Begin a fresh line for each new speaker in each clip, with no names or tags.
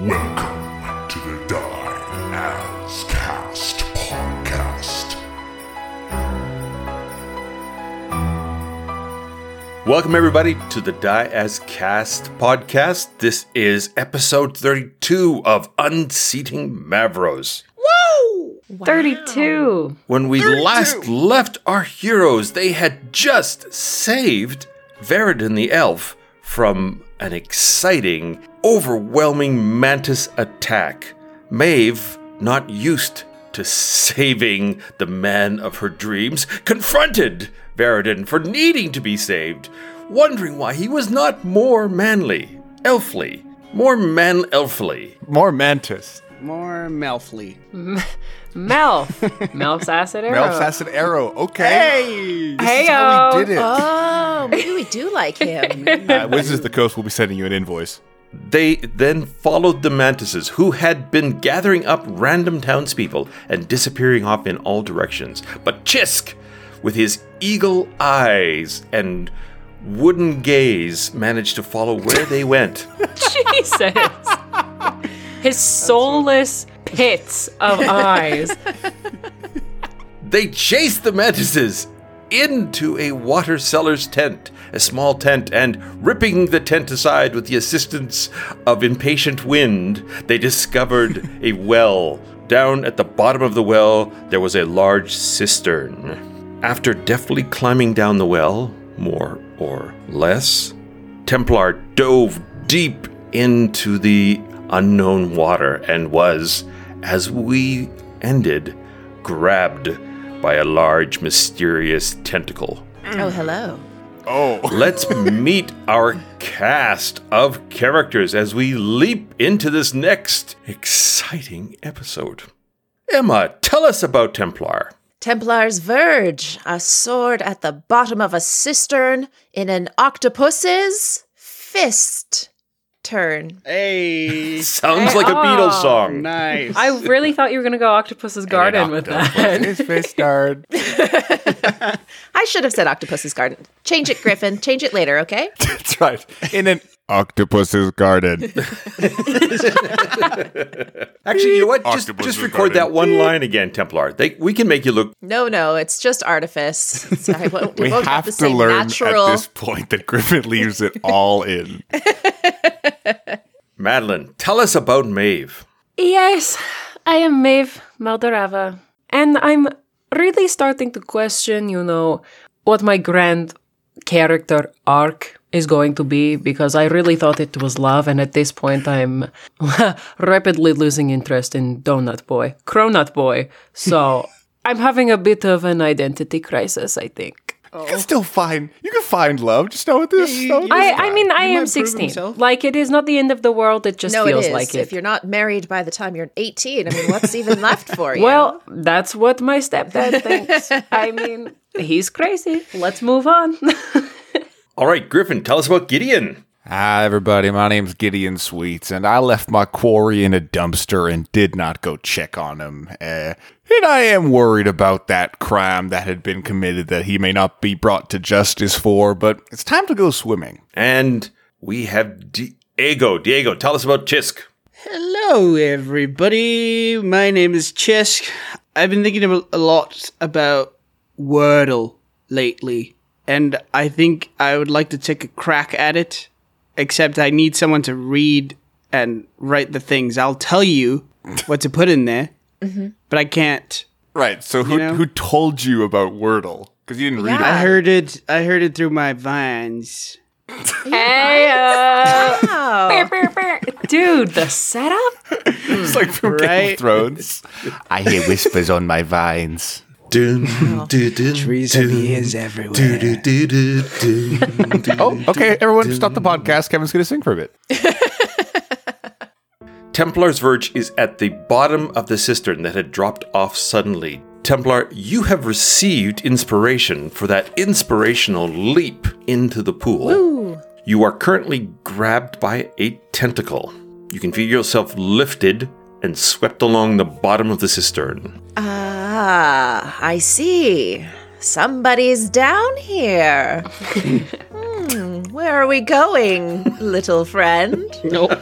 Welcome to the Die As Cast podcast.
Welcome, everybody, to the Die As Cast podcast. This is episode 32 of Unseating Mavros.
32.
When we last left our heroes, they had just saved Veridin the Elf from an exciting, overwhelming mantis attack. Maeve, not used to saving the man of her dreams, confronted Veridin for needing to be saved, wondering why he was not more manly, elfly, more man elfly.
More mantis.
More Melfly.
Melf. Melf's acid arrow.
Ralph's acid arrow. Okay.
Hey!
This is how
Heyo.
we did it.
Oh, maybe we do like him.
Uh, Wizards of the Coast will be sending you an invoice.
They then followed the mantises, who had been gathering up random townspeople and disappearing off in all directions. But Chisk, with his eagle eyes and wooden gaze, managed to follow where they went.
Jesus. His soulless pits of eyes.
They chased the mantises into a water seller's tent, a small tent, and ripping the tent aside with the assistance of impatient wind, they discovered a well. Down at the bottom of the well, there was a large cistern. After deftly climbing down the well, more or less, Templar dove deep into the unknown water and was, as we ended, grabbed by a large, mysterious tentacle.
oh, hello.
Oh.
Let's meet our cast of characters as we leap into this next exciting episode. Emma, tell us about Templar.
Templar's Verge, a sword at the bottom of a cistern in an octopus's fist turn.
Hey!
Sounds like a Beatles song.
nice.
I really thought you were going to go Octopus's Garden with that.
His face starred.
I should have said octopus's garden. Change it, Griffin. Change it later, okay?
That's right. In an octopus's garden.
Actually, you know what? Just,
Octopus
just
is
record
guarded.
that one line again, Templar. They, we can make you look.
No, no, it's just artifice. So I won't, we
We
won't have
have
the
to
same
learn
natural.
at this point that Griffin leaves it all in.
Madeline, tell us about Maeve.
yes, I am Maeve Maldarava. And I'm really starting to question, you know, what my grand character arc is going to be because I really thought it was love, and at this point, I'm rapidly losing interest in Donut Boy, Cronut Boy. So I'm having a bit of an identity crisis, I think.
You can still find, you can find love. Just know what this know what
I,
this-
I mean, I am
prove
16.
himself.
Like, it is not the end of the world. It just
no, it
feels
is.
like
if
it.
you're not married by the time you're 18, I mean, what's even left for you?
Well, that's what my stepdad thinks. I mean, he's crazy. Let's move on.
All right, Griffin, tell us about Gideon.
Hi, everybody. My name's Gideon Sweets, and I left my quarry in a dumpster and did not go check on him. Uh, and I am worried about that crime that had been committed that he may not be brought to justice for, but it's time to go swimming.
And we have Diego. Diego, tell us about Chisk.
Hello, everybody. My name is Chisk. I've been thinking about, a lot about Wordle lately, and I think I would like to take a crack at it. Except I need someone to read and write the things. I'll tell you what to put in there,
Mm-hmm.
but I can't.
Right. So, who,
know?
who told you about Wordle? Because you didn't read
I
Yeah.
heard it. I heard it through my vines.
hey, uh,
Wow.
dude, the setup?
it. It's like from Game of
Right.
Thrones. I hear whispers on my vines.
Dun, dun, dun,
Trees
dun,
have ears everywhere.
dun, dun, dun, dun, dun, dun.
Oh, okay. Everyone, stop the podcast. Kevin's going to sing for a bit.
Templar's Verge is at the bottom of the cistern that had dropped off suddenly. Templar, you have received inspiration for that inspirational leap into the pool. You are currently grabbed by a tentacle. You can feel yourself lifted and swept along the bottom of the cistern.
Ah, I see. Somebody's down here. hmm, where are we going, little friend?
Nope.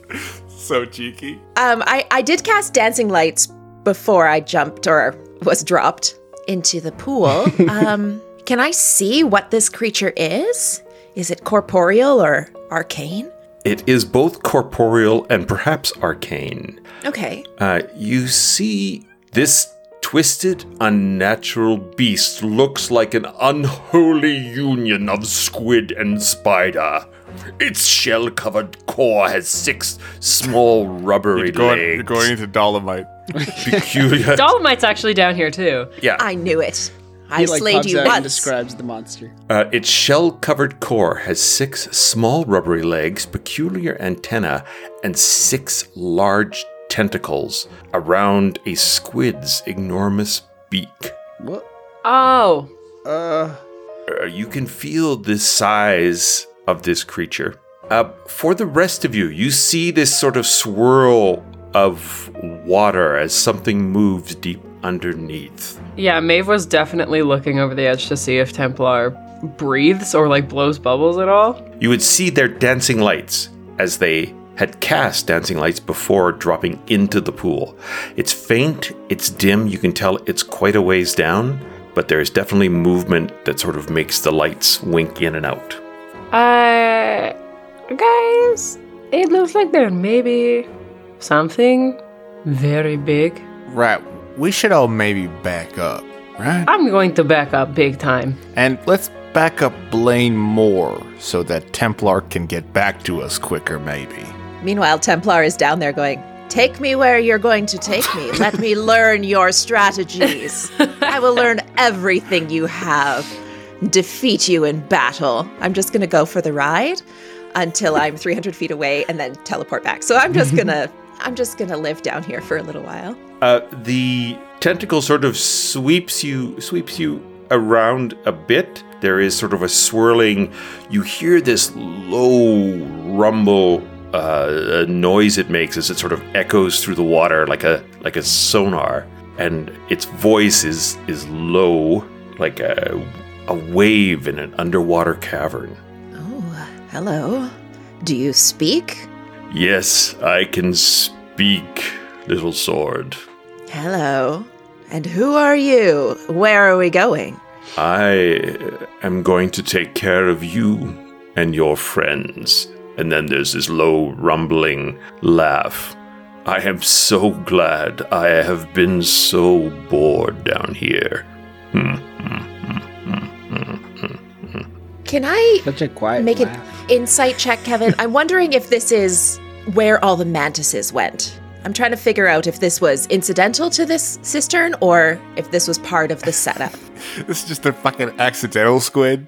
so cheeky.
Um, I, I did cast dancing lights before I jumped or was dropped into the pool. um, can I see what this creature is? Is it corporeal or arcane?
It is both corporeal and perhaps arcane.
Okay.
Uh, you see, this twisted, unnatural beast looks like an unholy union of squid and spider. Its shell covered core has six small rubbery
You're going,
legs.
you're going into Dolomite.
peculiar.
Dolomite's actually down here too.
yeah.
I knew it. I
He like
slayed
comes
you
out
once.
and describes the monster.
Uh, its shell covered core has six small rubbery legs, peculiar antenna, and six large tentacles around a squid's enormous beak.
What?
Oh,
Uh,
Uh, you can feel the size of this creature. Uh, for the rest of you, you see this sort of swirl of water as something moves deep underneath.
yeah. Maeve was definitely looking over the edge to see if Templar breathes or like blows bubbles at all.
You would see their dancing lights as they had cast dancing lights before dropping into the pool. It's faint, it's dim, you can tell it's quite a ways down, but there is definitely movement that sort of makes the lights wink in and out.
Uh, guys, it looks like there may be something very big.
Right. We should all maybe back up, right?
I'm going to back up big time.
And let's back up Blaine more so that Templar can get back to us quicker, maybe.
Meanwhile, Templar is down there going, Take me where you're going to take me. Let me learn your strategies. I will learn everything you have, defeat you in battle. I'm just going to go for the ride until I'm 300 feet away and then teleport back. So I'm just going to. I'm just gonna live down here for a little while.
Uh, the tentacle sort of sweeps you sweeps you around a bit. There is sort of a swirling. You hear this low rumble uh, noise it makes as it sort of echoes through the water like a like a sonar, and its voice is is low, like a a wave in an underwater cavern.
Oh, hello. Do you speak?
Yes, I can speak, little sword.
Hello. And who are you? Where are we going?
I am going to take care of you and your friends. And then there's this low, rumbling laugh. I am so glad. I have been so bored down here.
Can I
such a quiet
Make an
laugh.
insight check, Kevin. I'm wondering if this is where all the mantises went. I'm trying to figure out if this was incidental to this cistern or if this was part of the setup.
This is just a fucking accidental squid.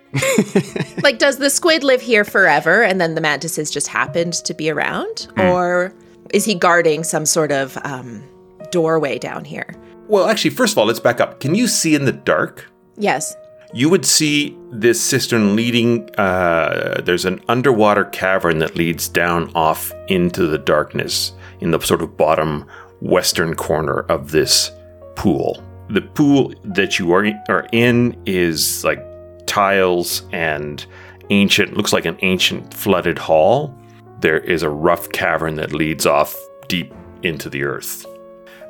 like, does the squid live here forever and then the mantises just happened to be around? Or is he guarding some sort of um, doorway down here?
Well, actually, first of all, let's back up. Can you see in the dark?
Yes.
you would see this cistern leading uh, there's an underwater cavern that leads down off into the darkness in the sort of bottom western corner of this pool the pool that you are, are in is like tiles and ancient looks like an ancient flooded hall there is a rough cavern that leads off deep into the earth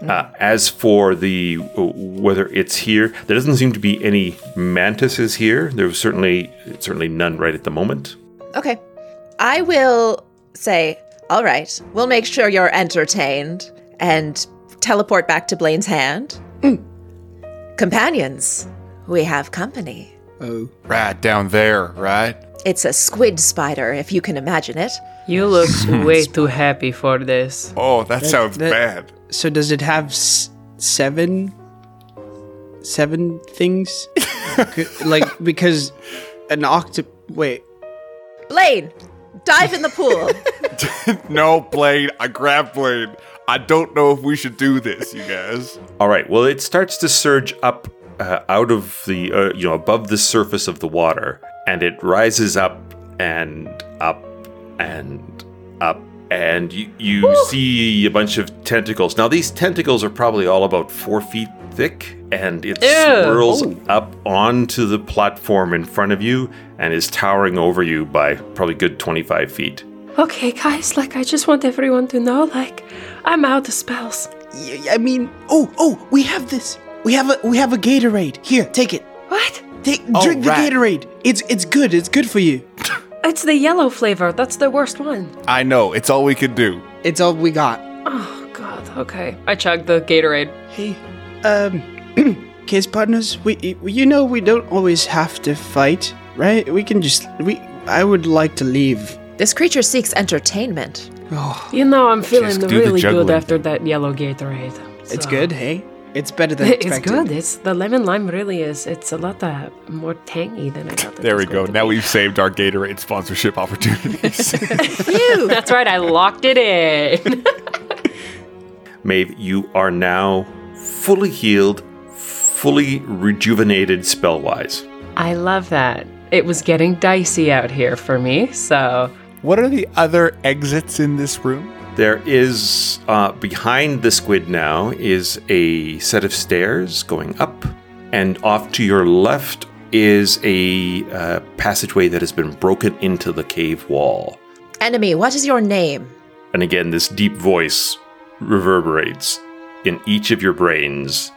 uh, as for the uh, whether it's here, there doesn't seem to be any mantises here. There was certainly certainly none right at the moment.
Okay. I will say, all right, we'll make sure you're entertained and teleport back to Blaine's hand. Companions, we have company.
Oh,
Right down there, right?
It's a squid spider, if you can imagine it.
You look way too happy for this.
Oh, that, sounds
that-
bad.
so does it have s- seven, seven things? C- like because an octop. Wait,
Blaine, dive in the pool.
No, Blaine. I grabbed Blaine. I don't know if we should do this, you guys.
All right. Well, it starts to surge up uh, out of the uh, you know above the surface of the water, and it rises up and up and up, and you, you see a bunch of tentacles. Now these tentacles are probably all about four feet thick, and it
Ew.
swirls up onto the platform in front of you and is towering over you by probably good twenty-five feet.
Okay, guys, like, I just want everyone to know, like, I'm out of spells.
Y- I mean, oh, oh, we have this. We have a we have a Gatorade. Here, take it.
What?
Take drink
right.
the Gatorade. It's it's good. It's good for you.
It's the yellow flavor. That's the worst one.
I know. It's all we could do.
It's all we got.
Oh, God. Okay. I chugged the Gatorade.
Hey, um, case partners, we you know we don't always have to fight, right? We can just we. I would like to leave.
This creature seeks entertainment.
You know, I'm feeling
do the
really good
juggling.
after that yellow Gatorade.
It's
So-
good, hey. It's better than
It's
expected.
good. It's the lemon lime really is. It's a lot uh, more tangy than I thought. it
There
was
we go.
going to
Now
be.
we've saved our Gatorade sponsorship opportunities.
That's right. I locked it in.
Maeve, you are now fully healed, fully rejuvenated spell wise.
I love that. It was getting dicey out here for me, so
what are the other exits in this room?
There is, uh, behind the squid now, is a set of stairs going up, and off to your left is a uh, passageway that has been broken into the cave wall.
Enemy, what is your name?
And again, this deep voice reverberates in each of your brains.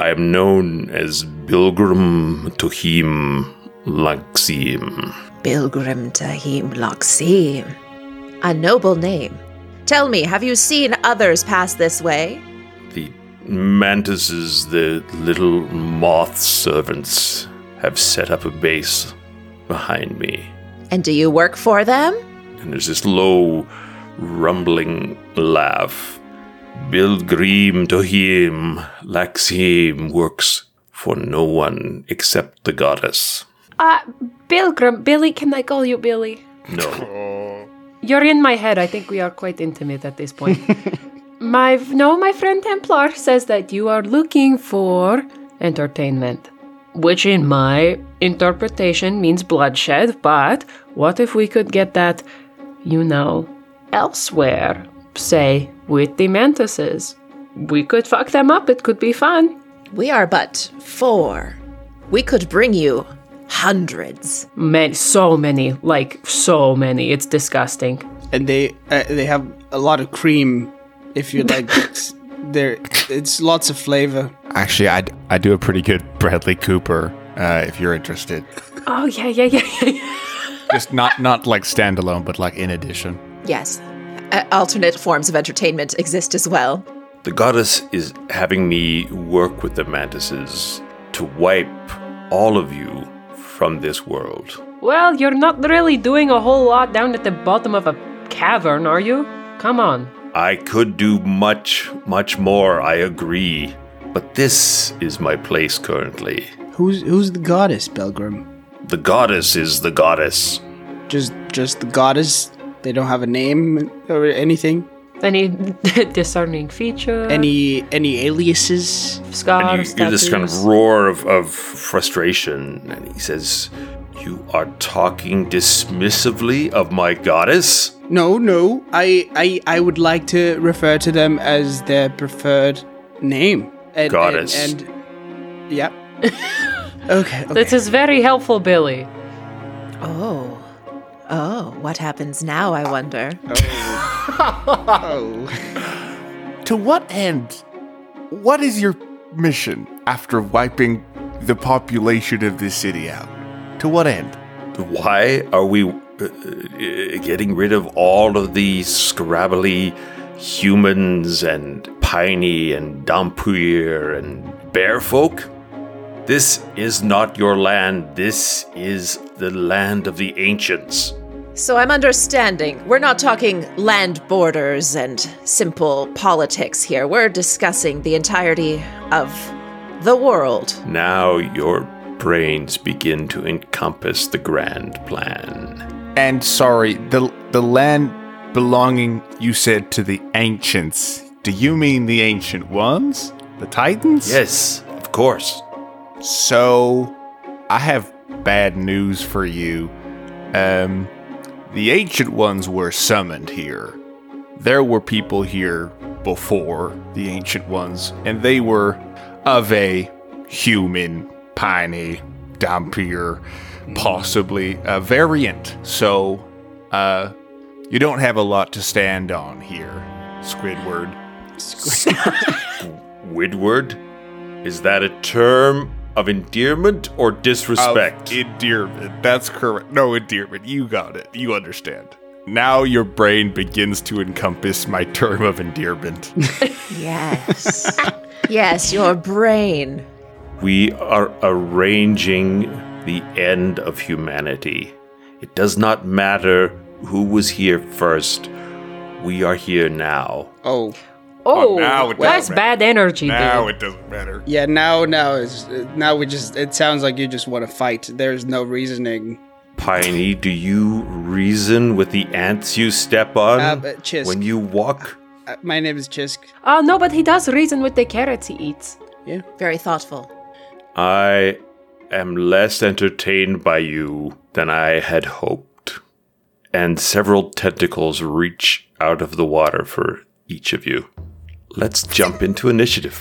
I am known as Bilgrim Tohim Laxim.
Bilgrim Tahim Loxim. A noble name. Tell me, have you seen others pass this way?
The mantises, the little moth servants, have set up a base behind me.
And do you work for them?
And there's this low, rumbling laugh. Bilgrim Tohim Laxim works for no one except the goddess.
uh, Bilgrim, Billy, can I call you Billy?
No.
You're in my head. I think we are quite intimate at this point. my no, my friend Templar says that you are looking for entertainment, which in my interpretation means bloodshed. But what if we could get that, you know, elsewhere? Say with the mantises, we could fuck them up. It could be fun.
We are but four. We could bring you hundreds.
Man, so many, like so many. It's disgusting.
And they uh, they have a lot of cream, if you like. It's- there, it's lots of flavor.
Actually, I, I do a pretty good Bradley Cooper uh, if you're interested.
Oh yeah, yeah, yeah, yeah. yeah.
Just not not like standalone, but like in addition.
Yes. Uh, alternate forms of entertainment exist as well.
The goddess is having me work with the mantises to wipe all of you from this world.
Well, you're not really doing a whole lot down at the bottom of a cavern, are you? Come on.
I could do much, much more, I agree. But this is my place currently.
Who's who's the goddess, Belgrim?
The goddess is the goddess.
Just just the goddess. They don't have a name or anything.
Any discerning feature?
Any any aliases?
And
scars?
you hear this kind of
tattoos?
roar of, of frustration, and he says, You are talking dismissively of my goddess?
No, no. I, I I would like to refer to them as their preferred name. And,
Goddess.
And, and yeah. okay. okay.
This is very helpful, Billy.
Oh. Oh, what happens now, I wonder?
To what end? What is your mission after wiping the population of this city out? To what end?
Why are we uh, uh, getting rid of all of these scrabbly humans and piney and dampuir and bear folk? This is not your land. This is the land of the ancients.
So I'm understanding. We're not talking land borders and simple politics here. We're discussing the entirety of the world.
Now your brains begin to encompass the grand plan.
And sorry, the the land belonging you said to the ancients. Do you mean the ancient ones? The Titans?
Yes, of course.
So, I have bad news for you. Um, the ancient ones were summoned here. There were people here before the ancient ones, and they were of a human, piney, dampier, possibly a variant. So, uh, You don't have a lot to stand on here, Squidward.
Widward? Is that a term of endearment or disrespect?
Of Oh, endearment. That's correct. No, endearment. You got it. You understand. Now your brain begins to encompass my term of endearment.
Yes. yes, your brain.
we are arranging the end of humanity. It does not matter who was here first. We are here now.
Oh,
Oh,
now it
that's
doesn't
bad energy,
now
dude.
it doesn't matter.
yeah. Now, now is now we just. It sounds like you just want to fight. There's no reasoning.
Piney, do you reason with the ants you step on
Uh, but Chisk,
when you walk?
uh, my name is Chisk.
Oh, no, but he does reason with the carrots he eats.
Very thoughtful.
I am less entertained by you than I had hoped. And several tentacles reach out of the water for each of you. Let's jump into initiative.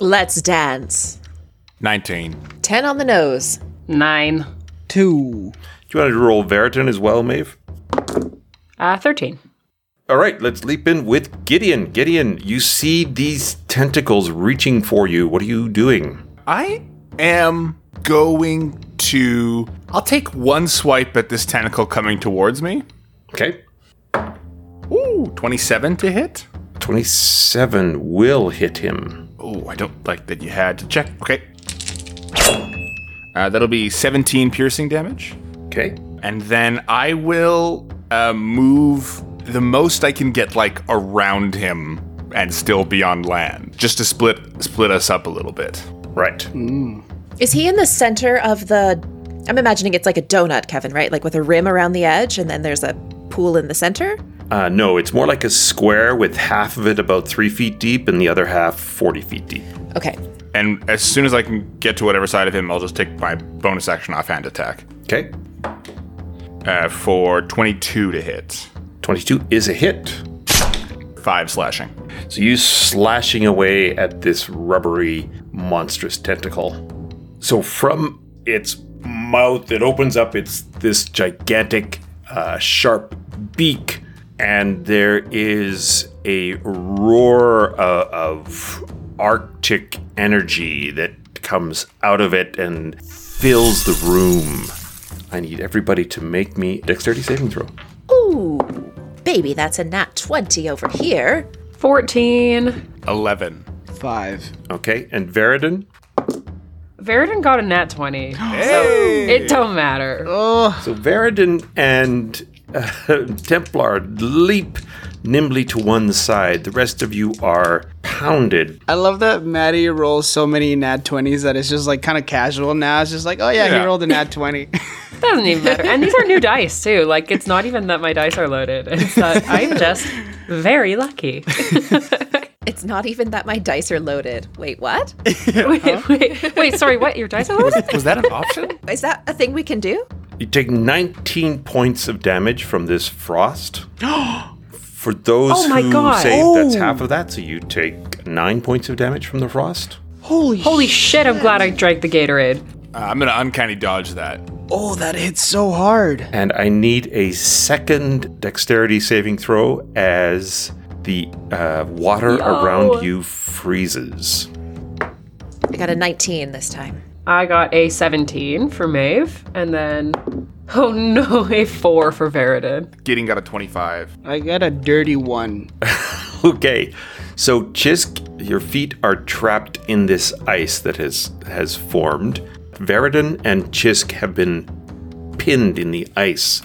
Let's dance.
19.
10 on the nose.
Nine.
Two.
Do you want to roll Veriton as well, Maeve?
Uh, 13.
All right, let's leap in with Gideon. Gideon, you see these tentacles reaching for you. What are you doing?
I am going to. I'll take one swipe at this tentacle coming towards me.
Okay.
Ooh, 27 to hit.
27 will hit him.
Ooh, I don't like that you had to check. Okay. Uh, that'll be 17 piercing damage.
Okay.
and then I will uh, move the most I can get like around him and still be on land, just to split split us up a little bit.
Right.
Is he in the center of the. I'm imagining it's like a donut, Kevin, right? Like with a rim around the edge, and then there's a pool in the center?
Uh, no, it's more like a square with half of it about three feet deep and the other half 40 feet deep.
Okay.
And as soon as I can get to whatever side of him, I'll just take my bonus action offhand attack
Okay.
uh, for 22 to hit,
22 is a hit.
five slashing.
So you slashing away at this rubbery, monstrous tentacle. So from its mouth, it opens up. It's this gigantic, uh, sharp beak, and there is a roar uh, of arctic energy that comes out of it and fills the room. I need everybody to make me dexterity saving throw.
Ooh, baby, that's a nat 20 over here.
14.
11.
Five.
Okay, and Veridin.
Veridan got a nat 20. So it don't matter.
So Veridin and uh, Templar leap nimbly to one side. The rest of you are pounded.
I love that Maddie rolls so many nat 20s that it's just like kind of casual now. It's just like, oh yeah,
Yeah.
he rolled a nat 20.
Doesn't even matter. And these are new dice too. Like it's not even that my dice are loaded. It's that I'm just very lucky.
It's not even that my dice are loaded. Wait, what?
wait, wait, wait, sorry, what? Your dice are loaded?
Was that an option?
Is that a thing we can do?
You take 19 points of damage from this frost. For those
Oh my
who
God. Oh.
save, that's half of that. So you take nine points of damage from the frost.
Holy shit, I'm glad I drank the Gatorade.
Uh, I'm gonna uncanny dodge that.
oh, that hits so hard.
And I need a second dexterity saving throw as the uh, water around you freezes.
I got a 19 this time.
I got a 17 for Maeve, and then oh no, a four for Veridan.
Gideon got a 25.
I got a dirty one.
Okay, so Chisk, your feet are trapped in this ice that has has formed. Veridan and Chisk have been pinned in the ice.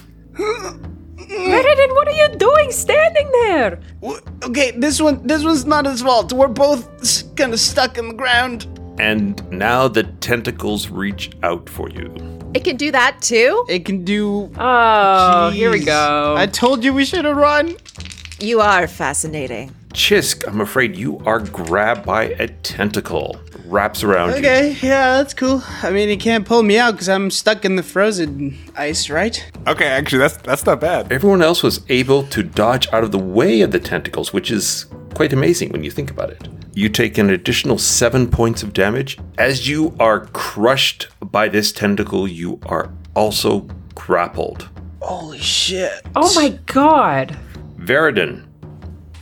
Veridan, what are you doing standing there?
W- Okay, this one, this one's not his fault. We're both kind of stuck in the ground.
And now the tentacles reach out for you.
It can do that too?
It can do.
Oh, here we
Jeez.
go.
I told you we should have run.
You are fascinating.
Chisk, I'm afraid you are grabbed by a tentacle. Wraps around you.
Okay, yeah, that's cool. I mean, he can't pull me out because I'm stuck in the frozen ice, right?
Okay, actually, that's that's not bad.
Everyone else was able to dodge out of the way of the tentacles, which is quite amazing when you think about it. You take an additional seven points of damage. As you are crushed by this tentacle, you are also grappled.
Holy shit.
Oh my god.
Veridin.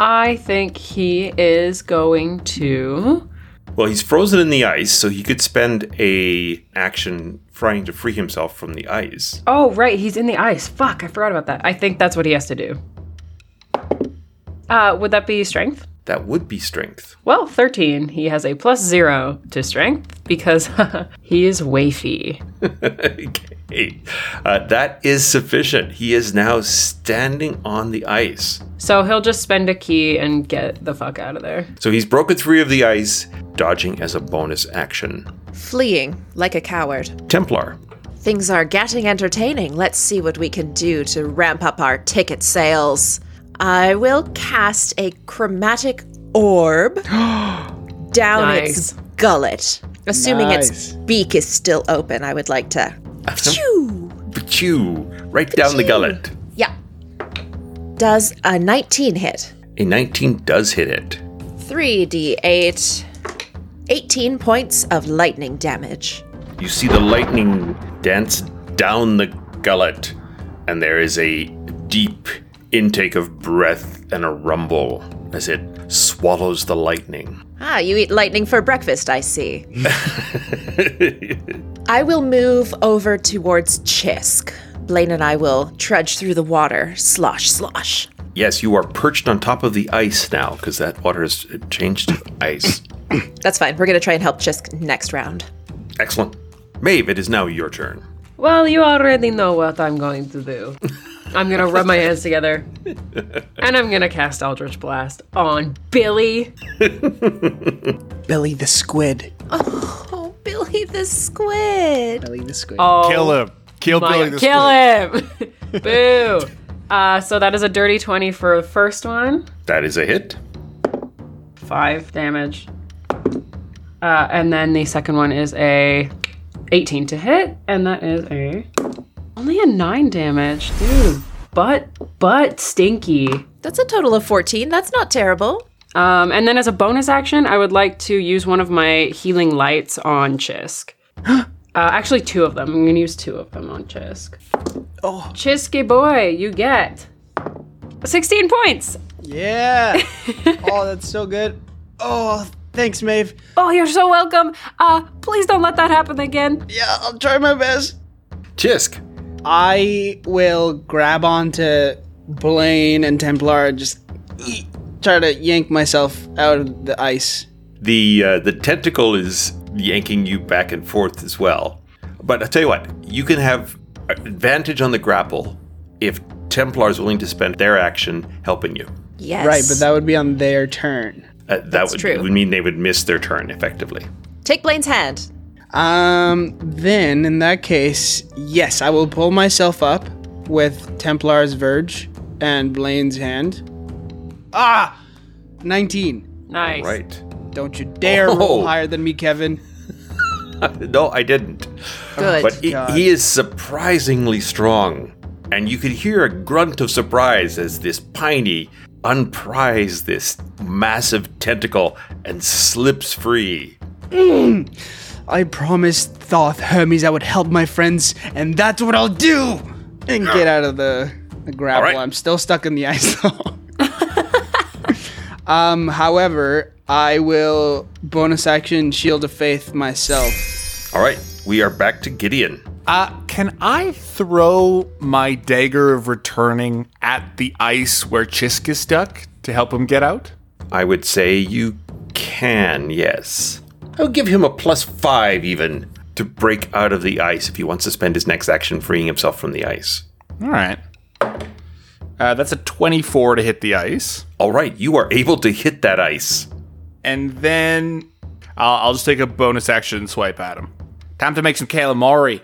I think he is going to.
Well, he's frozen in the ice, so he could spend a action trying to free himself from the ice.
Oh, right, he's in the ice. Fuck, I forgot about that. I think that's what he has to do. Uh, would that be strength?
That would be strength.
Well, 13. He has a plus zero to strength because he is wafy.
okay. Uh, that is sufficient. He is now standing on the ice.
So he'll just spend a key and get the fuck out of there.
So he's broken free of the ice, dodging as a bonus action.
Fleeing like a coward.
Templar.
Things are getting entertaining. Let's see what we can do to ramp up our ticket sales. I will cast a chromatic orb down its
Nice.
gullet. Assuming its
Nice.
beak is still open, I would like to. Phew!
Pachoo. Right down the gullet.
Yeah. Does a 19 hit?
A 19 does hit it.
3d8. 18 points of lightning damage.
You see the lightning dance down the gullet, and there is a deep intake of breath and a rumble as it swallows the lightning.
Ah, you eat lightning for breakfast, I see. I will move over towards Chisk. Blaine and I will trudge through the water, slosh, slosh.
Yes, you are perched on top of the ice now because that water has changed to ice.
That's fine. We're going to try and help Chisk next round.
Excellent. Maeve, it is now your turn.
Well, you already know what I'm going to do. I'm gonna rub my hands together, and I'm gonna cast Eldritch Blast on Billy.
Billy the squid.
Oh, Billy the squid.
Billy the squid.
Oh,
Kill him. Kill
my
Billy
God.
the
kill him! Boo! Uh, so that is a dirty twenty for the first one,
That is a hit.
five damage, uh, and then the second one is a eighteen to hit, and that is a only a nine damage, dude. But but stinky.
That's a total of 14. That's not terrible.
Um, and then as a bonus action, I would like to use one of my healing lights on Chisk. uh, actually, two of them. I'm going to use two of them on Chisk.
Oh.
Chisky boy, you get 16 points.
Yeah. oh, that's so good. Oh, thanks, Maeve.
Oh, you're so welcome. Uh, please don't let that happen again.
Yeah, I'll try my best.
Chisk.
I will grab onto Blaine and Templar, and just eek, try to yank myself out of the ice.
The uh, the tentacle is yanking you back and forth as well. But I tell you what, you can have advantage on the grapple if Templar is willing to spend their action helping you.
Yes.
Right, but that would be on their turn.
Uh, that would,
true.
would mean they would miss their turn effectively.
Take Blaine's hand.
Um, then in that case, yes, I will pull myself up with Templar's Verge and Blaine's hand. Ah! 19.
Nice.
Right.
Don't you dare
Oh.
roll higher than me, Kevin.
No, I didn't.
Good.
But he, he is surprisingly strong, and you could hear a grunt of surprise as this piney unpries this massive tentacle and slips free.
I promised Thoth Hermes I would help my friends, and that's what I'll do! And get out of the, the grapple.
right.
I'm still stuck in the ice, though. um, however, I will bonus action Shield of Faith myself.
All right, we are back to Gideon.
Uh, can I throw my dagger of returning at the ice where Chisk is stuck to help him get out?
I would say you can, yes. I'll give him a plus five even to break out of the ice if he wants to spend his next action freeing himself from the ice.
All right. Uh, that's a 24 to hit the ice.
All right, you are able to hit that ice.
And then I'll, I'll just take a bonus action and swipe at him. Time to make some calamari.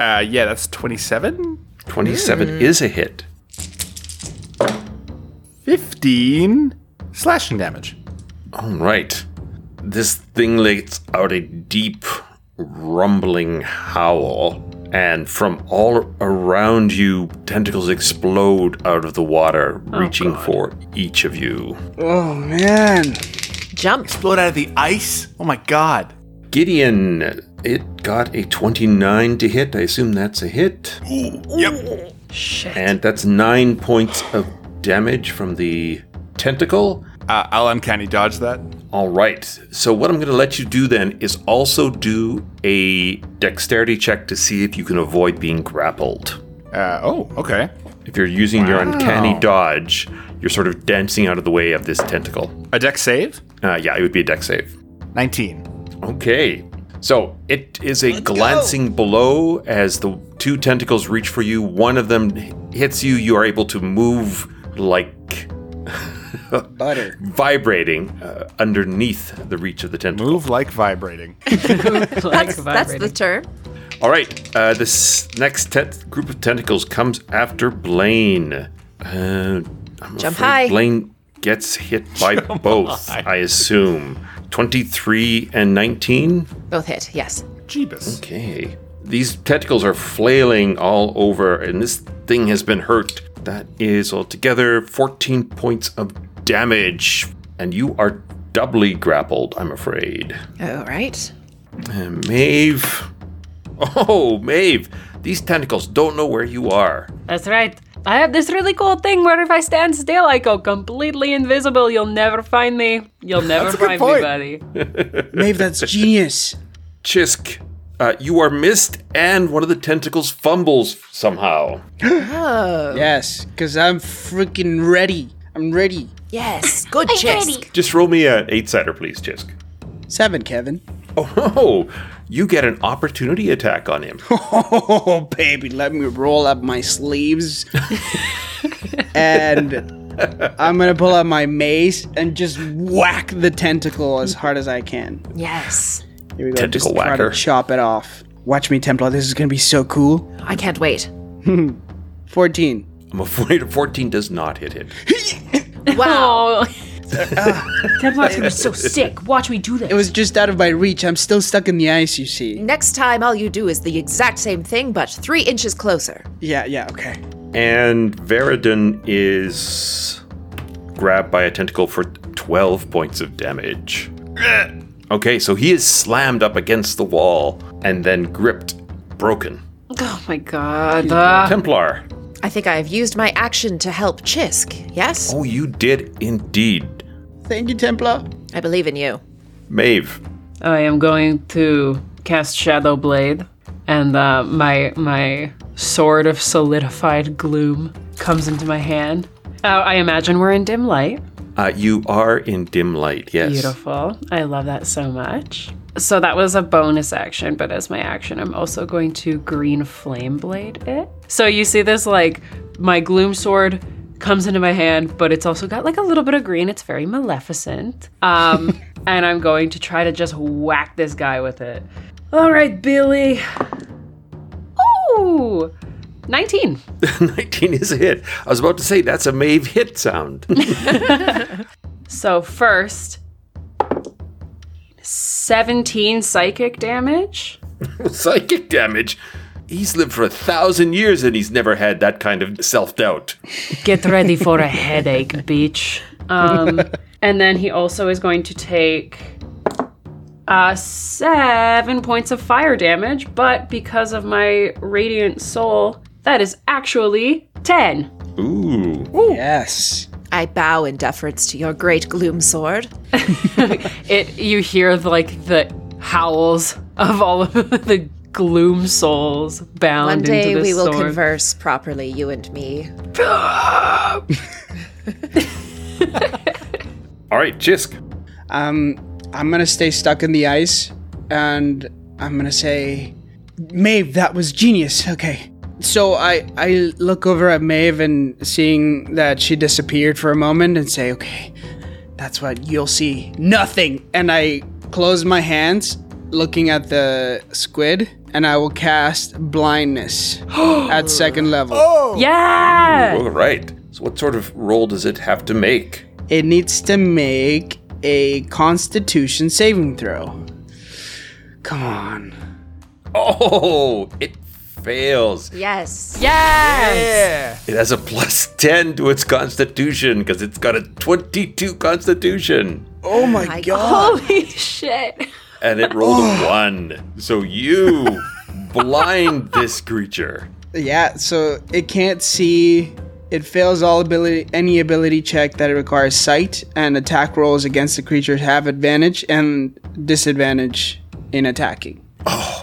uh, yeah, that's 27?
27 is a hit.
15 slashing damage.
All right. This thing lets out a deep, rumbling howl, and from all around you, tentacles explode out of the water, reaching for each of you.
Oh, man.
Jump.
Explode out of the ice? Oh my god.
Gideon, It got a 29 to hit. I assume that's a hit.
Shit.
And that's nine points of damage from the tentacle.
Uh, I'll uncanny dodge that.
All right. So what I'm going to let you do then is also do a dexterity check to see if you can avoid being grappled.
Uh, oh, okay.
If you're using your uncanny dodge, you're sort of dancing out of the way of this tentacle.
A deck save?
Uh, yeah, it would be a dex save.
19.
Okay. So it is a glancing blow as the two tentacles reach for you. One of them hits you. You are able to move like
Butter.
vibrating uh, underneath the reach of the tentacle.
Move like vibrating.
Like
That's the
vibrating.
term.
All right. Uh, this next tent- group of tentacles comes after Blaine. Uh, I'm afraid
high.
Blaine gets hit by both, I assume. 23 and 19.
Both hit, yes.
Jeebus.
Okay. These tentacles are flailing all over, and this thing has been hurt. That is altogether 14 points of damage, and you are doubly grappled, I'm afraid.
All right.
And Maeve. Oh, Maeve. These tentacles don't know where you are.
That's right. I have this really cool thing where if I stand still, I go completely invisible. You'll never find me. You'll never
good
find me,
point.
buddy.
Maeve, that's genius.
Chisk, uh, you are missed, and one of the tentacles fumbles somehow.
Yes, because I'm freaking ready. I'm ready.
Yes. Good chisk.
Just roll me an eight sider, please, Chisk.
Seven, Kevin.
Oh, you get an opportunity attack on him.
Oh, baby, let me roll up my sleeves. and I'm going to pull out my mace and just whack the tentacle as hard as I can.
Yes.
Here we go.
Tentacle
just try to
whacker.
chop it off. Watch me, Templar. This is going to be so cool.
I can't wait.
14.
I'm afraid a 14 does not hit him.
Wow.
Oh. Templar's gonna be so sick. Watch me do this.
It was just out of my reach. I'm still stuck in the ice, you see.
Next time, all you do is the exact same thing, but three inches closer.
Yeah, yeah, okay.
And Veridun is grabbed by a tentacle for 12 points of damage. Okay, so he is slammed up against the wall and then gripped, broken.
oh my god. Uh,
Templar.
I think I have used my action to help Chisk. Yes?
Oh, you did indeed.
Thank you, Templar.
I believe in you.
Maeve.
I am going to cast Shadow Blade, and uh, my my sword of solidified gloom comes into my hand. Uh, I imagine we're in dim light.
Uh, you are in dim light, yes.
Beautiful. I love that so much. So that was a bonus action, but as my action, I'm also going to green flame blade it. So you see this like my gloom sword comes into my hand, but it's also got like a little bit of green. It's very maleficent. Um, and I'm going to try to just whack this guy with it. All right, Billy. Ooh, 19.
19 is a hit. I was about to say that's a Maeve hit sound.
So first, 17 psychic damage.
Psychic damage. He's lived for a thousand years and he's never had that kind of self doubt.
Get ready for a headache, bitch. Um, and then he also is going to take uh, seven points of fire damage, but because of my radiant soul, that is actually ten.
Ooh.
Yes.
I bow in deference to your great gloom sword.
It you hear like the howls of all of the gloom souls bound
One day
into this
we will
sword.
converse properly, you and me.
All right, Jisk.
Um, I'm gonna stay stuck in the ice, and I'm gonna say, Maeve, that was genius. Okay. So I I look over at Maeve and seeing that she disappeared for a moment, and say, okay, that's what you'll see. Nothing. And I close my hands, looking at the squid, and I will cast blindness at second level.
Yeah.
All right. So, what sort of roll does it have to make?
It needs to make a Constitution saving throw. Come on.
Oh, it fails.
Yes.
Yes.
It has a plus 10 to its constitution because it's got a 22 constitution.
Oh my
My
god.
Holy shit.
and it rolled a one. So you blind this creature.
Yeah, so it can't see. It fails all ability, any ability check that requires sight, and attack rolls against the creature have advantage and disadvantage in attacking.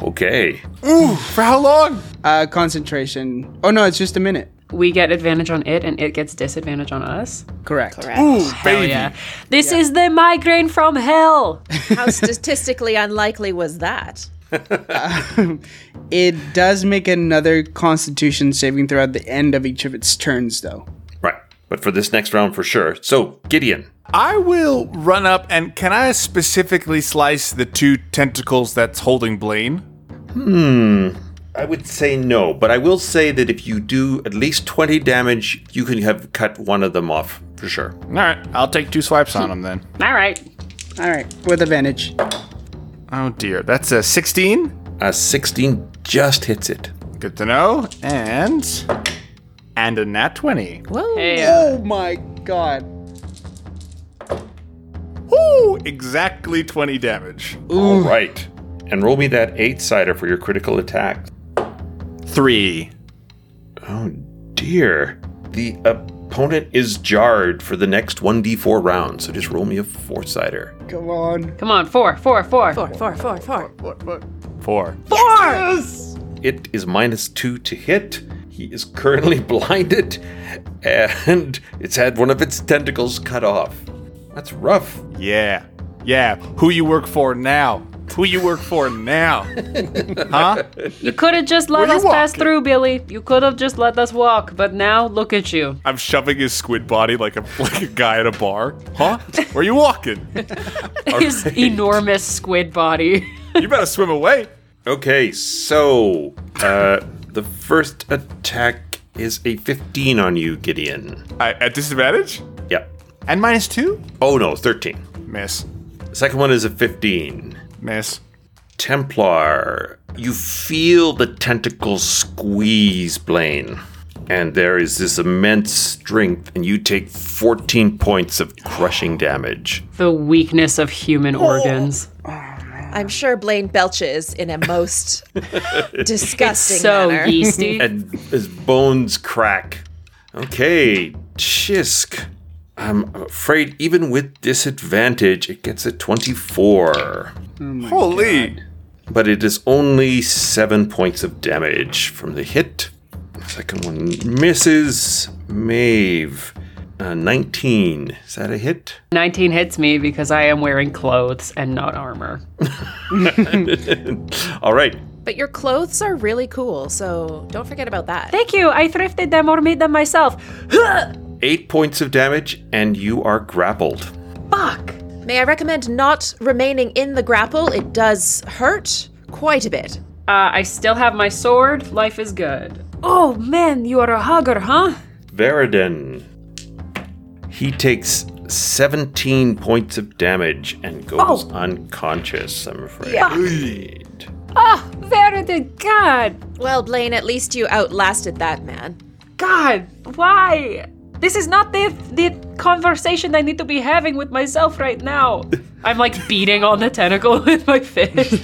Okay.
For how long?
Uh, concentration. Oh no, it's just a minute.
We get advantage on it, and it gets disadvantage on us.
Correct.
Hell yeah! This is the migraine from hell.
How statistically unlikely was that?
It does make another Constitution saving throw at the end of each of its turns, though.
Right. But for this next round, for sure. So, Gideon.
I will run up and can I specifically slice the two tentacles that's holding Blaine?
I would say no, but I will say that if you do at least 20 damage, you can have cut one of them off for sure.
All right, I'll take two swipes on him then.
All right.
All right, with advantage.
Oh dear, that's a 16.
A 16 Uh, just hits it.
Good to know. And and a nat 20.
Whoa.
Hey, uh,
Oh my god.
Ooh, exactly 20 damage.
All right. And roll me that 8 sider for your critical attack.
3.
Oh dear. The opponent is jarred for the next 1d4 round, so just roll me a 4 sider.
Come on.
come on, four, four, four.
Four, four, four, four.
4.
It is minus 2 to hit. He is currently blinded, and it's had one of its tentacles cut off. That's rough.
Yeah. Yeah, who you work for now? Who you work for now? huh?
You could have just let
Were you
us pass
walking?
through, Billy. You could have just let us walk, but now look at you.
I'm shoving his squid body like a like a guy at a bar. Huh? Where you walking?
His enormous squid body.
You better swim away.
Okay, so uh, the first attack is a 15 on you, Gideon.
I, at disadvantage?
Yep.
And minus 2?
Oh no, 13.
Miss.
The second one is a 15.
Miss.
Templar, you feel the tentacles squeeze Blaine. And there is this immense strength, and you take 14 points of crushing damage.
the weakness of human
Oh.
organs.
I'm sure Blaine belches in a most disgusting
So
manner.
yeasty.
And his bones crack. Okay, Chisk. I'm afraid even with disadvantage, it gets a 24.
Holy.
But it is only 7 points of damage from the hit. Second one misses. Mave. Uh, 19. Is that a hit?
19 hits me because I am wearing clothes and not armor.
All right.
But your clothes are really cool, so don't forget about that.
Thank you. I thrifted them or made them myself.
8 points of damage, and you are grappled.
Fuck.
May I recommend not remaining in the grapple? It does hurt quite a bit.
Uh, I still have my sword. Life is good. Oh man, you are a hugger, huh?
Veridan. He takes 17 points of damage and goes unconscious, I'm afraid.
Ah, Veridan, God,
Well, Blaine, at least you outlasted that man.
God, why? This is not the the conversation I need to be having with myself right now. I'm like beating on the tentacle with my fist.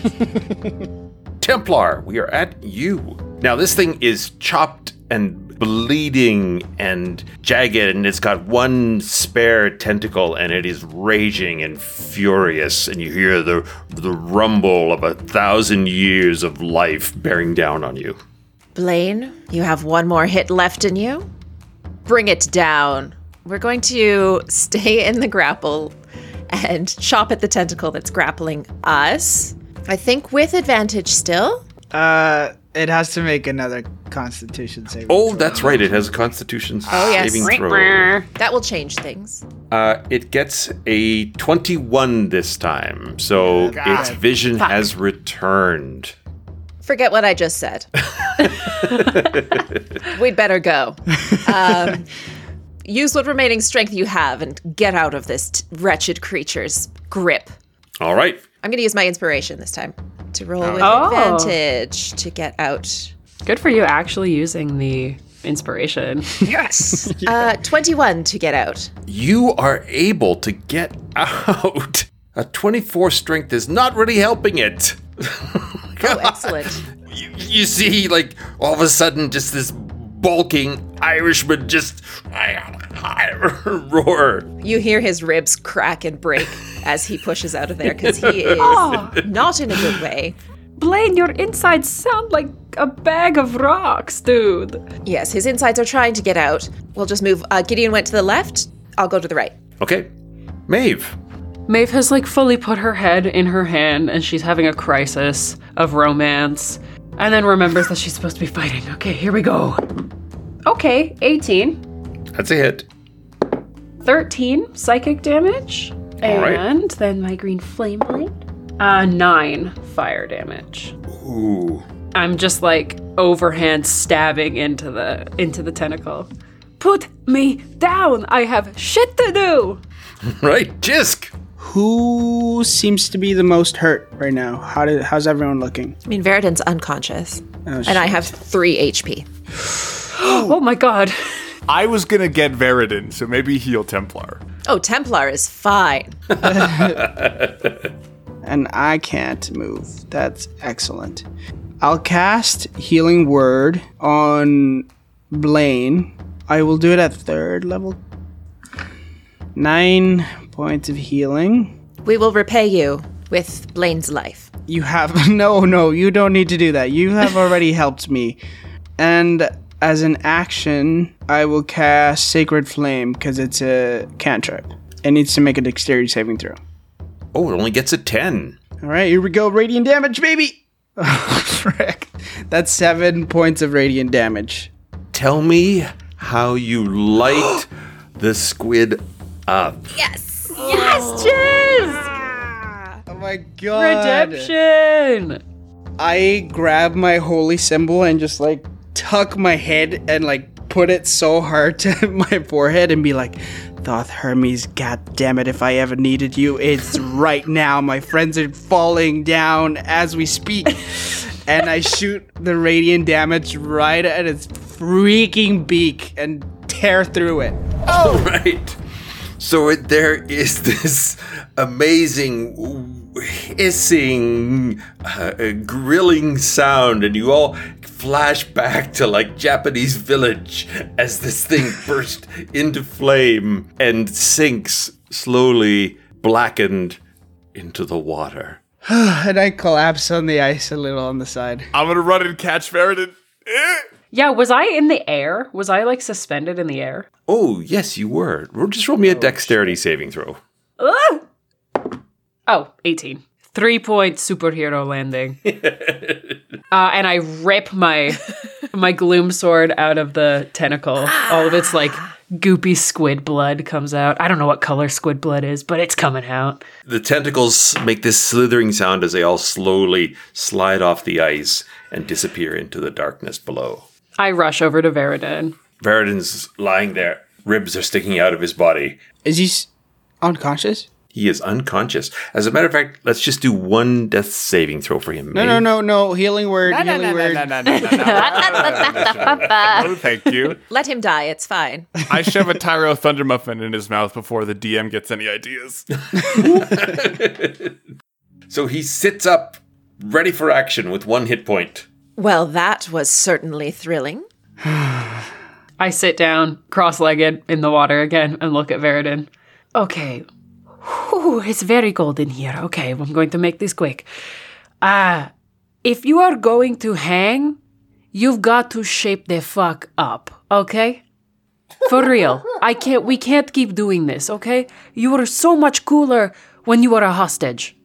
Templar, we are at you. Now, this thing is chopped and bleeding and jagged, and it's got one spare tentacle, and it is raging and furious. And you hear the, the rumble of a thousand years of life bearing down on you.
Blaine, you have one more hit left in you. Bring it down. We're going to stay in the grapple and chop at the tentacle that's grappling us. I think with advantage still.
Uh, it has to make another Constitution saving.
Oh, that's right. It has a Constitution
yes.
saving throw.
That will change things.
Uh, it gets a 21 this time, so its vision has returned.
Forget what I just said. We'd better go. Um, use what remaining strength you have and get out of this t- wretched creature's grip.
All right.
I'm going to use my inspiration this time to roll with
Oh.
advantage to get out.
Good for you actually using the inspiration.
Uh, 21 to get out.
You are able to get out. A 24 strength is not really helping it.
Oh, excellent.
You, you see, like, all of a sudden, just this bulking Irishman just roar.
You hear his ribs crack and break as he pushes out of there because he is
Oh.
not in a good way.
Blaine, your insides sound like a bag of rocks, dude.
Yes, his insides are trying to get out. We'll just move. Uh, Gideon went to the left. I'll go to the right.
Okay. Maeve.
Maeve has like fully put her head in her hand and she's having a crisis of romance and then remembers that she's supposed to be fighting. Okay, here we go. Okay, 18,
That's a hit.
13 psychic damage,
All right.
and then my green flame blade. Uh, 9 fire damage.
Ooh.
I'm just like overhand stabbing into the into the tentacle. Put me down. I have shit to do.
Right, Jisk.
Who seems to be the most hurt right now? How did, how's everyone looking? Oh,
I mean, Veridan's unconscious, and I have three HP.
Oh my god.
I was gonna get Veridin, so maybe heal Templar.
Oh, Templar is fine.
And I can't move. That's excellent. I'll cast Healing Word on Blaine. I will do it at third level. Nine points of healing.
We will repay you with Blaine's life.
You have no, no. You don't need to do that. You have already helped me. And as an action, I will cast Sacred Flame because it's a cantrip. It needs to make a Dexterity saving throw.
Oh, it only gets a 10.
All right, here we go. Radiant damage, baby. Oh, frick. That's seven points of radiant damage.
Tell me how you light the squid up.
Oh my god.
Redemption.
I grab my holy symbol and just like tuck my head and like put it so hard to my forehead and be like, Thoth Hermes, god damn it, if I ever needed you, it's right now. My friends are falling down as we speak. and I shoot the radiant damage right at its freaking beak and tear through it.
Right. So it, there is this amazing hissing, uh, grilling sound, and you all flash back to like Japanese village as this thing bursts into flame and sinks slowly, blackened into the water.
And I collapse on the ice a little on the side.
I'm gonna run and catch Veridin. Eh.
Yeah, was I in the air? Was I like suspended in the air?
Oh, yes, you were. Ro- Just roll me a dexterity saving throw.
Ah! Oh, 18. Three point superhero landing. uh, and I rip my my gloom sword out of the tentacle. All of its like goopy squid blood comes out. I don't know what color squid blood is, but it's coming out.
The tentacles make this slithering sound as they all slowly slide off the ice and disappear into the darkness below.
I rush over to Veridan.
Veridin's lying there. Ribs are sticking out of his body.
Is he s- unconscious?
He is unconscious. As a matter of fact, let's just do one death saving throw for him.
No, no, no, no. Healing word, healing word.
no, no, no, no, no. Thank you.
Let him die. It's fine.
I shove a Tyro Thunder Muffin in his mouth before the DM gets any ideas.
So he sits up, ready for action with one hit point.
Well, that was certainly thrilling.
I sit down, cross legged, in the water again, and look at Veridan. Okay. Whew, it's very cold in here. Okay, I'm going to make this quick. Ah, if you are going to hang, you've got to shape the fuck up, okay? For real. I can't, we can't keep doing this, okay? You were so much cooler when you were a hostage.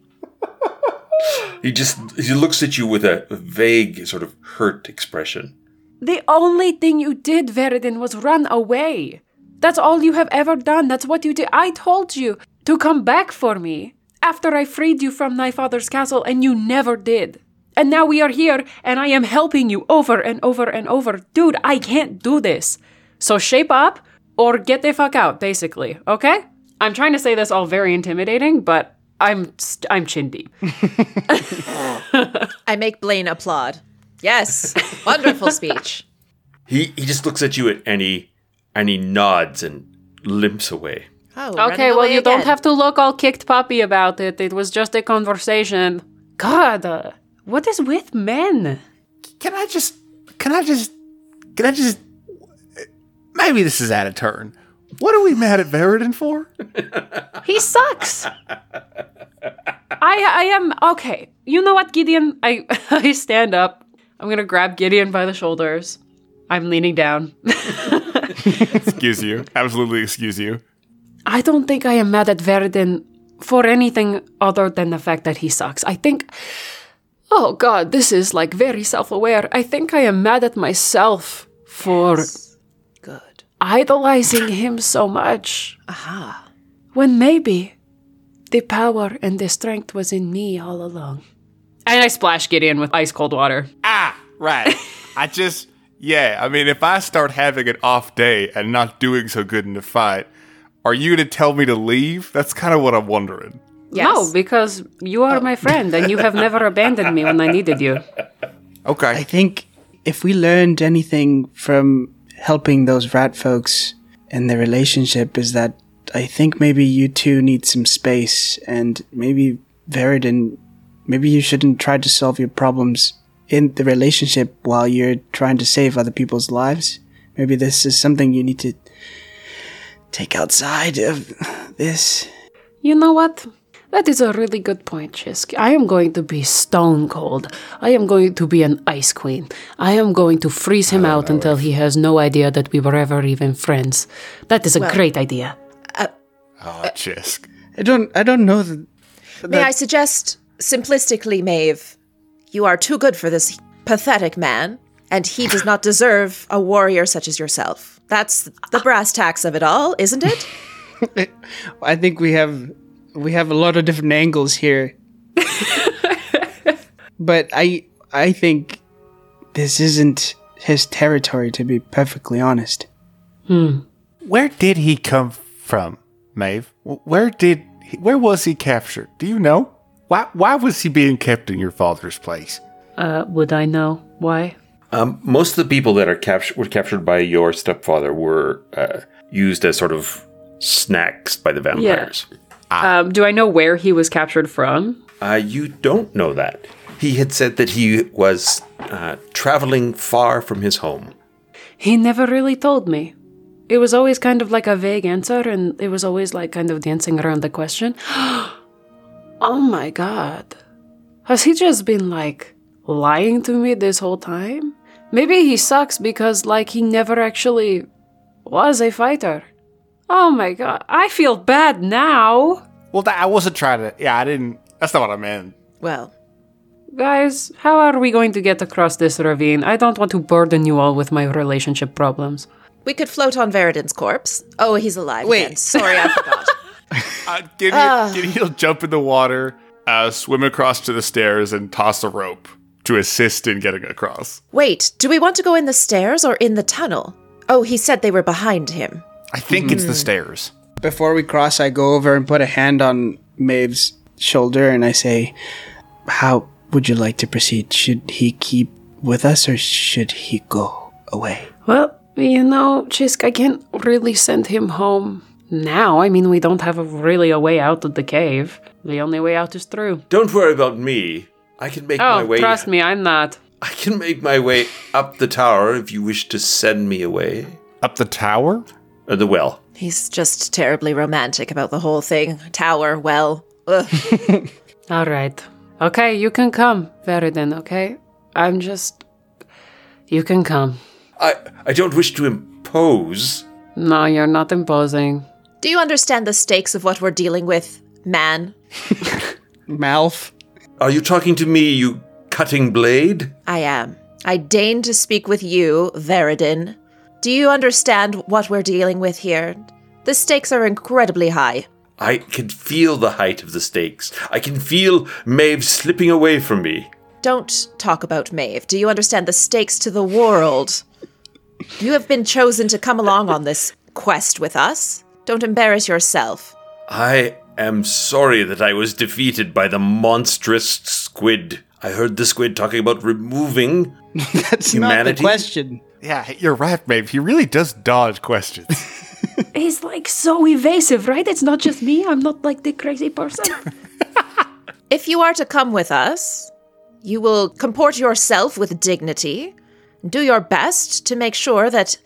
He just he looks at you with a vague sort of hurt expression.
The only thing you did, Veridin, was run away. That's all you have ever done. That's what you did. I told you to come back for me after I freed you from my father's castle, and you never did. And now we are here, and I am helping you over and over and over. Dude, I can't do this. So shape up or get the fuck out, basically, okay? I'm trying to say this all very intimidating, but I'm st- I'm chin deep.
I make Blaine applaud. Yes, wonderful speech.
He he just looks at you and he and he nods and limps away.
Oh,
Okay, well, you don't have to look all kicked puppy about it. It was just a conversation. God, uh, what is with men?
Can I just? Can I just? Can I just? Maybe this is out of turn. What are we mad at Veridan for?
He sucks. I I am okay. You know what, Gideon? I I stand up. I'm gonna grab Gideon by the shoulders. I'm leaning down.
excuse you. Absolutely excuse you.
I don't think I am mad at Verdin for anything other than the fact that he sucks. I think. Oh God, this is like very self-aware. I think I am mad at myself for
Good.
idolizing him so much. Aha. When maybe the power and the strength was in me all along. And I splash Gideon with ice cold water.
Ah, right. I just, yeah. I mean, if I start having an off day and not doing so good in the fight, are you going to tell me to leave? That's kind of what I'm wondering.
Yes. Oh.
No, because you are my friend and you have never abandoned me when I needed you.
I
Okay.
think if we learned anything from helping those rat folks and their relationship is that I think maybe you two need some space and maybe Veridin, maybe you shouldn't try to solve your problems in the relationship while you're trying to save other people's lives. Maybe this is something you need to take outside of this.
You know what? That is a really good point, Chisk. I am going to be stone cold. I am going to be an ice queen. I am going to freeze him out until he has no idea that we were ever even friends. That is a great idea.
Oh, Chisk.
I don't I don't know that
May I suggest, simplistically, Maeve, you are too good for this pathetic man, and he does not deserve a warrior such as yourself. That's the brass tacks of it all, isn't it?
I think we have we have a lot of different angles here. but I I think this isn't his territory to be perfectly honest.
Where did he come from, Maeve? W- Where did, he, where was he captured? Do you know? Why, why was he being kept in your father's place?
Uh, would I know why?
Um, most of the people that are captured were captured by your stepfather were uh, used as sort of snacks by the vampires.
Um, do I know where he was captured from?
Uh, you don't know that. He had said that he was uh, traveling far from his home.
He never really told me. It was always kind of like a vague answer, and it was always like kind of dancing around the question. oh my god. Has he just been like lying to me this whole time? Maybe he sucks because like he never actually was a fighter. Oh my god. I feel bad now.
Well, that, I wasn't trying to, yeah, I didn't, that's not what I meant.
Well,
Guys, how are we going to get across this ravine? I don't want to burden you all with my relationship problems.
we could float on Veridin's corpse. Oh, he's alive.
Wait.
again. sorry, I forgot.
Uh, Gideon, Gideon will jump in the water, uh, swim across to the stairs, and toss a rope to assist in getting across.
Wait, do we want to go in the stairs or in the tunnel? Oh, he said they were behind him.
I think it's the stairs.
Before we cross, I go over and put a hand on Maeve's shoulder and I say, "How would you like to proceed? Should he keep with us or should he go away?"
Well, you know, Chisk, I can't really send him home now. I mean, we don't have a, really a way out of the cave. The only way out is through.
Don't worry about me. I can make my
Oh,
way.
trust me, I'm not.
I can make my way up the tower if you wish to send me away.
Up the tower?
Uh, the well.
He's just terribly romantic about the whole thing. Tower, well. Ugh.
All right. Okay, you can come, Veridan, okay? I'm just. You can come.
I I don't wish to impose.
No, you're not imposing.
Do you understand the stakes of what we're dealing with, man?
Malf
Are you talking to me, you cutting blade?
I am. I deign to speak with you, Veridin. Do you understand what we're dealing with here? The stakes are incredibly high.
I can feel the height of the stakes. I can feel Maeve slipping away from me.
Don't talk about Maeve. Do you understand the stakes to the world? You have been chosen to come along on this quest with us. Don't embarrass yourself.
I am sorry that I was defeated by the monstrous squid. I heard the squid talking about removing.
That's not
Humanity?
the question.
Yeah, you're right, babe. He really does dodge questions.
He's like so evasive, right? It's not just me. I'm not like the crazy person.
If you are to come with us, you will comport yourself with dignity, do your best to make sure that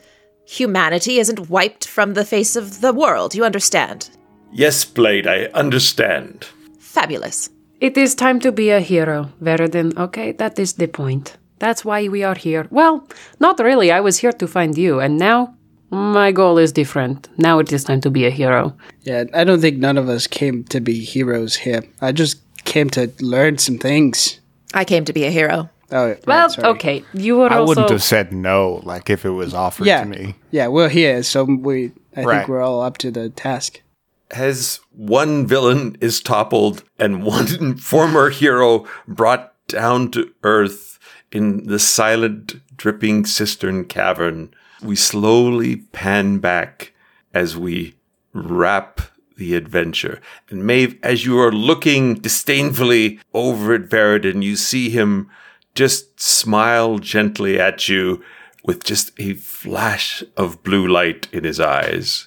humanity isn't wiped from the face of the world. You understand?
Yes, Blade, I understand.
Fabulous.
It is time to be a hero, Veridin, okay? That is the point. That's why we are here. Well, not really. I was here to find you, and now my goal is different. Now it is time to be a hero.
Yeah, I don't think none of us came to be heroes here. I just came to learn some things.
I came to be a hero.
Oh, right,
Well,
sorry.
okay. You were
I
also.
wouldn't have said no, like if it was offered
Yeah,
to me.
yeah, we're here, so we. I
Right.
think we're all up to the task.
As one villain is toppled and one former hero brought down to earth in the silent, dripping cistern cavern, we slowly pan back as we wrap the adventure. And Maeve, as you are looking disdainfully over at Veridin, you see him just smile gently at you with just a flash of blue light in his eyes.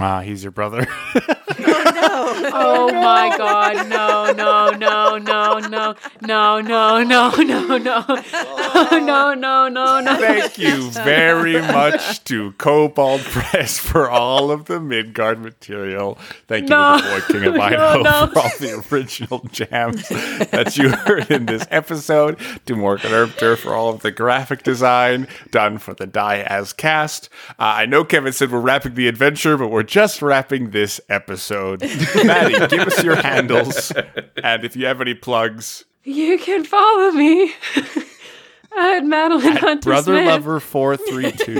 Ah, he's your brother.
oh my god, no, no, no, no, no, no, no, no, no, no, no, no, no, no.
Thank you very much to Cobalt Press for all of the Midgard material. Thank you
No.
to the Boy King of
No, no.
Idaho for all the original jams that you heard in this episode. To Morgan Erpter for all of the graphic design done for the Die As cast. Uh, I know Kevin said we're wrapping the adventure, but we're just wrapping this episode. Maddie, give us your handles. And if you have any plugs,
You can follow me at Madeline Hunter
Brother
Smith.
Lover 432.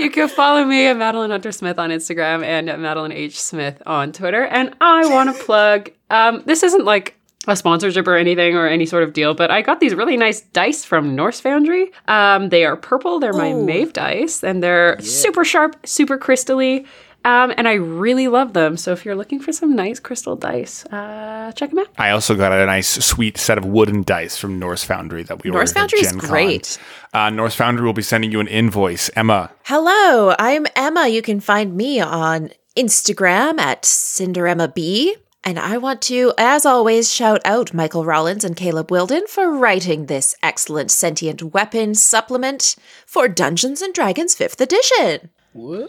You can follow me at Madeline Hunter Smith on Instagram and at Madeline H. Smith on Twitter. And I want to plug um, this isn't like a sponsorship or anything or any sort of deal, but I got these really nice dice from Norse Foundry. Um, they are purple, they're my Mave dice, and they're super sharp, super crystally. Um, and I really love them. So if you're looking for some nice crystal dice, uh, check them out.
I also got a nice, sweet set of wooden dice from Norse Foundry that we
Norse
ordered at
Foundry is
Gen Con.
great.
Uh, Norse Foundry will be sending you an invoice, Emma.
Hello, I'm Emma. You can find me on Instagram at CinderemmaB. And I want to, as always, shout out Michael Rollins and Caleb Wilden for writing this excellent sentient weapon supplement for Dungeons and Dragons 5th edition.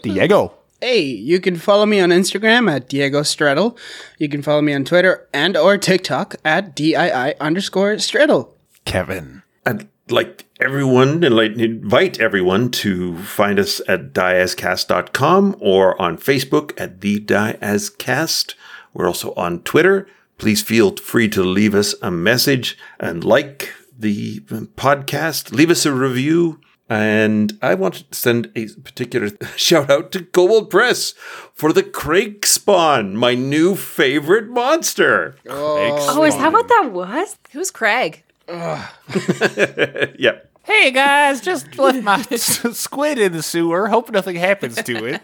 Diego.
Hey, you can follow me on Instagram at Diego Straddle. You can follow me on Twitter and or TikTok at DII underscore Straddle.
Kevin.
I'd like everyone and like invite everyone to find us at diascast.com or on Facebook at the diascast. We're also on Twitter. Please feel free to leave us a message and like the podcast. Leave us a review. And I want to send a particular shout out to Cobalt Press for the Crake Spawn, my new favorite monster.
Oh, is that what that was?
Who's Craig?
yeah.
Hey guys, just left my squid in the sewer. Hope nothing happens to it.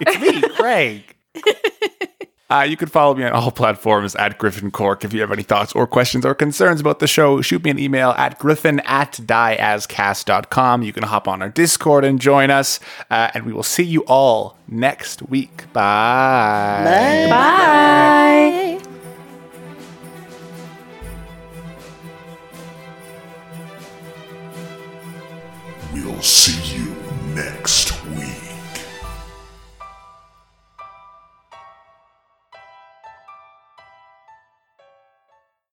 It's me, Craig. Uh, you can follow me on all platforms at Griffin Cork. If you have any thoughts or questions or concerns about the show, shoot me an email at griffin at dieascast.com. You can hop on our Discord and join us, uh, and we will see you all next week. Bye.
Bye.
We'll see you